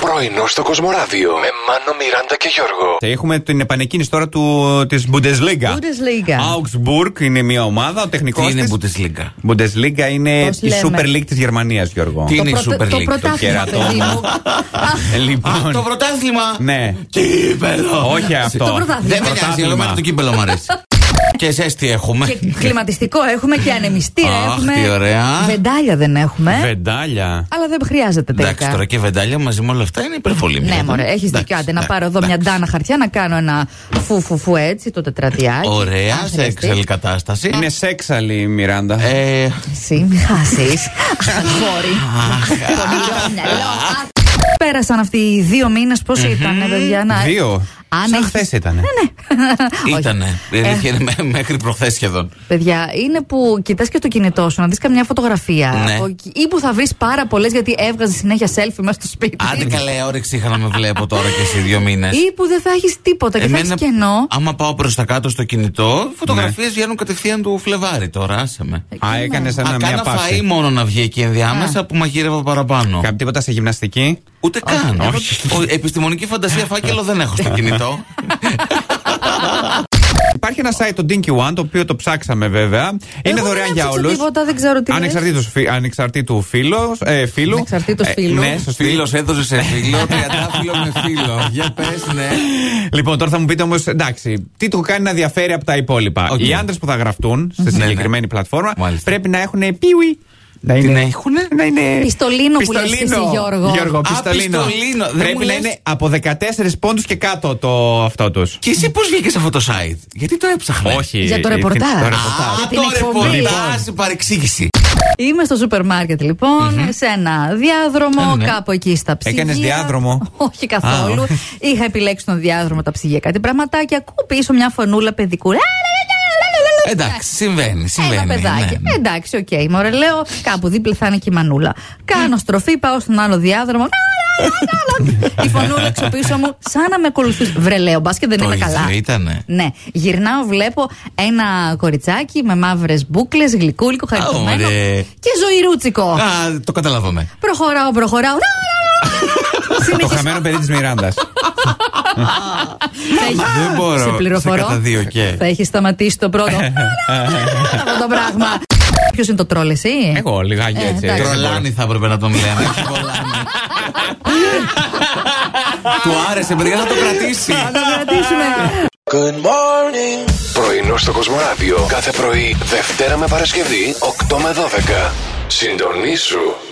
Πρωινό στο Κοσμοράδιο με Μάνο, Μιράντα και Γιώργο. Έχουμε την επανεκκίνηση τώρα της Bundesliga. Bundesliga. Augsburg είναι μια ομάδα, ο τεχνικός. Τι είναι Bundesliga. Bundesliga είναι Πώς η λέμε. Super League της Γερμανίας, Γιώργο. Τι Το είναι η πρωτα- Super Το League, το πρωτάθλημα, κερατό. παιδί μου. Ε, Α, το Λοιπόν. πρωτάθλημα! Ναι. Κύπελο! Όχι αυτό. Το πρωτάθλημα. Δεν με νοιάζει, Πρωτάθλημα. όλο μάτι το κύπελο μου αρέσει. Και εσέ τι έχουμε. Και κλιματιστικό έχουμε και ανεμιστήρα Αχ, έχουμε. τι ωραία. Βεντάλια δεν έχουμε. Βεντάλια. Αλλά δεν χρειάζεται Εντάξει, τώρα τελικά. και βεντάλια μαζί με όλα αυτά είναι υπερβολή. Ναι, Μιράντα. μωρέ, έχεις Εντάξει, δίκιο. Άντε, να εντάξει, πάρω εδώ μια εντάξει. ντάνα χαρτιά να κάνω ένα φου φου φου έτσι το τετραδιάκι. Ωραία, Αν σε χρειαστεί. εξελ κατάσταση. Ε? Ναι. Είναι σέξαλη η Μιράντα. Ε, Εσύ, μη χάσεις. Αχφόρη. Πέρασαν αυτοί οι δύο μήνες, πόσο ήταν, παιδιά. να- ναι. Δύο. Αν Σαν έχεις- χθες ήταν. Ήτανε. Η Ε. αλήθεια είναι με- μέχρι προχθές σχεδόν. Παιδιά, είναι που κοιτάς και το κινητό σου να δεις καμιά φωτογραφία. Ναι. από εκεί- ή που θα βρεις πάρα πολλές γιατί έβγαζες συνέχεια selfie μέσα στο σπίτι. Άντε ναι. καλέ, όρεξη είχα να με βλέπω τώρα και εσύ δύο μήνες. Ή που δεν θα έχεις τίποτα και θα έχεις κενό. Ναι. άμα πάω προς τα κάτω στο κινητό, φωτογραφίες βγαίνουν κατευθείαν του Φλεβάρι τώρα, άσε με. Α, έκανε Α, ένα μια κάνα φαΐ πάση. μόνο να βγει εκεί ενδιάμεσα που μαγείρευα παραπάνω. Κάπου τίποτα σε γυμναστική. Ούτε καν. Όχι. Ε, Ο- Επιστημονική φαντασία φάκελο δεν έχω στο κινητό. Υπάρχει ένα site, το Dinky One, το οποίο το ψάξαμε βέβαια. Είναι Εγώ δωρεάν δεν για έψαξα όλους. τίποτα, δεν ξέρω τι λες. Ανεξαρτήτως, φι- ανεξαρτήτου φίλος, ε, φίλου. Ανεξαρτήτως Ε, φίλου. ναι, σωστή. Ε. Φίλος έδωσε σε φίλο, τριαντάφυλλο με φίλο. Για πες, ναι. Λοιπόν, τώρα θα μου πείτε όμως, εντάξει, τι του κάνει να διαφέρει από τα υπόλοιπα. Οκ. Οι άντρες που θα γραφτούν σε ναι. συγκεκριμένη πλατφόρμα Μάλιστα. πρέπει να έχουν πιουι. Να να έχουνε? Να είναι... Πιστολίνο που λες και εσύ, Γιώργο. Γιώργο, Α, πιστολίνο. πιστολίνο. Δεν Πρέπει μου να λες. είναι από 14 πόντους και κάτω το αυτό τους. Και εσύ πώς βγήκες σε αυτό το site, Γιατί το έψαχνα. Για το ρεπορτάζ. Το Α, ρεπορτάζ. Ναι. Α, την το εκπομπή. ρεπορτάζ, Λοιπόν. η παρεξήγηση. Είμαι στο σούπερ μάρκετ λοιπόν, σε ένα διάδρομο, Ε, ναι. κάπου εκεί στα ψυγεία. Έκανες διάδρομο? Όχι καθόλου. Είχα επιλέξει τον διάδρομο τα ψυγεία κάτι πραγματάκια. Ακούω πίσω μια φωνούλα Ε, παιδικού. Εντάξει, συμβαίνει, Ένα συμβαίνει. παιδάκι. ε, ναι. Εντάξει, οκ, μωρέ, λέω κάπου δίπλα θα είναι και η μανούλα. Κάνω στροφή, πάω στον άλλο διάδρομο. Η φωνούλα εξ πίσω μου, σαν να με ακολουθούσε. Βρε, λέω, μπας και δεν Το είμαι καλά. ίδιο ήτανε. Ναι. Γυρνάω, βλέπω ένα κοριτσάκι με μαύρες μπουκλες, γλυκούλικο, χαριτωμένο. Ωραία. Και ζωηρούτσικο. Α, το καταλάβαμε. Προχωράω, προχωράω. Το Συνεχίζω. χαμένο παιδί της Μιράντας. Θα έχει- Δεν μπορώ. Σε πληροφορώ. Σε κατά δύο και. Θα έχεις σταματήσει το πρώτο. Αυτό το πράγμα. Ποιος είναι το τρόλ, εσύ. Εγώ λιγάκι Ε, έτσι. εντάξει. Τρολάνι θα έπρεπε να τον λένε. όχι Βολάνι. Του άρεσε, παιδιά, θα το κρατήσει. Θα το κρατήσουμε. Πρωινό στο Κοσμοράδιο κάθε πρωί, Δευτέρα με Παρασκευή, 8 με 12. Συντονίσου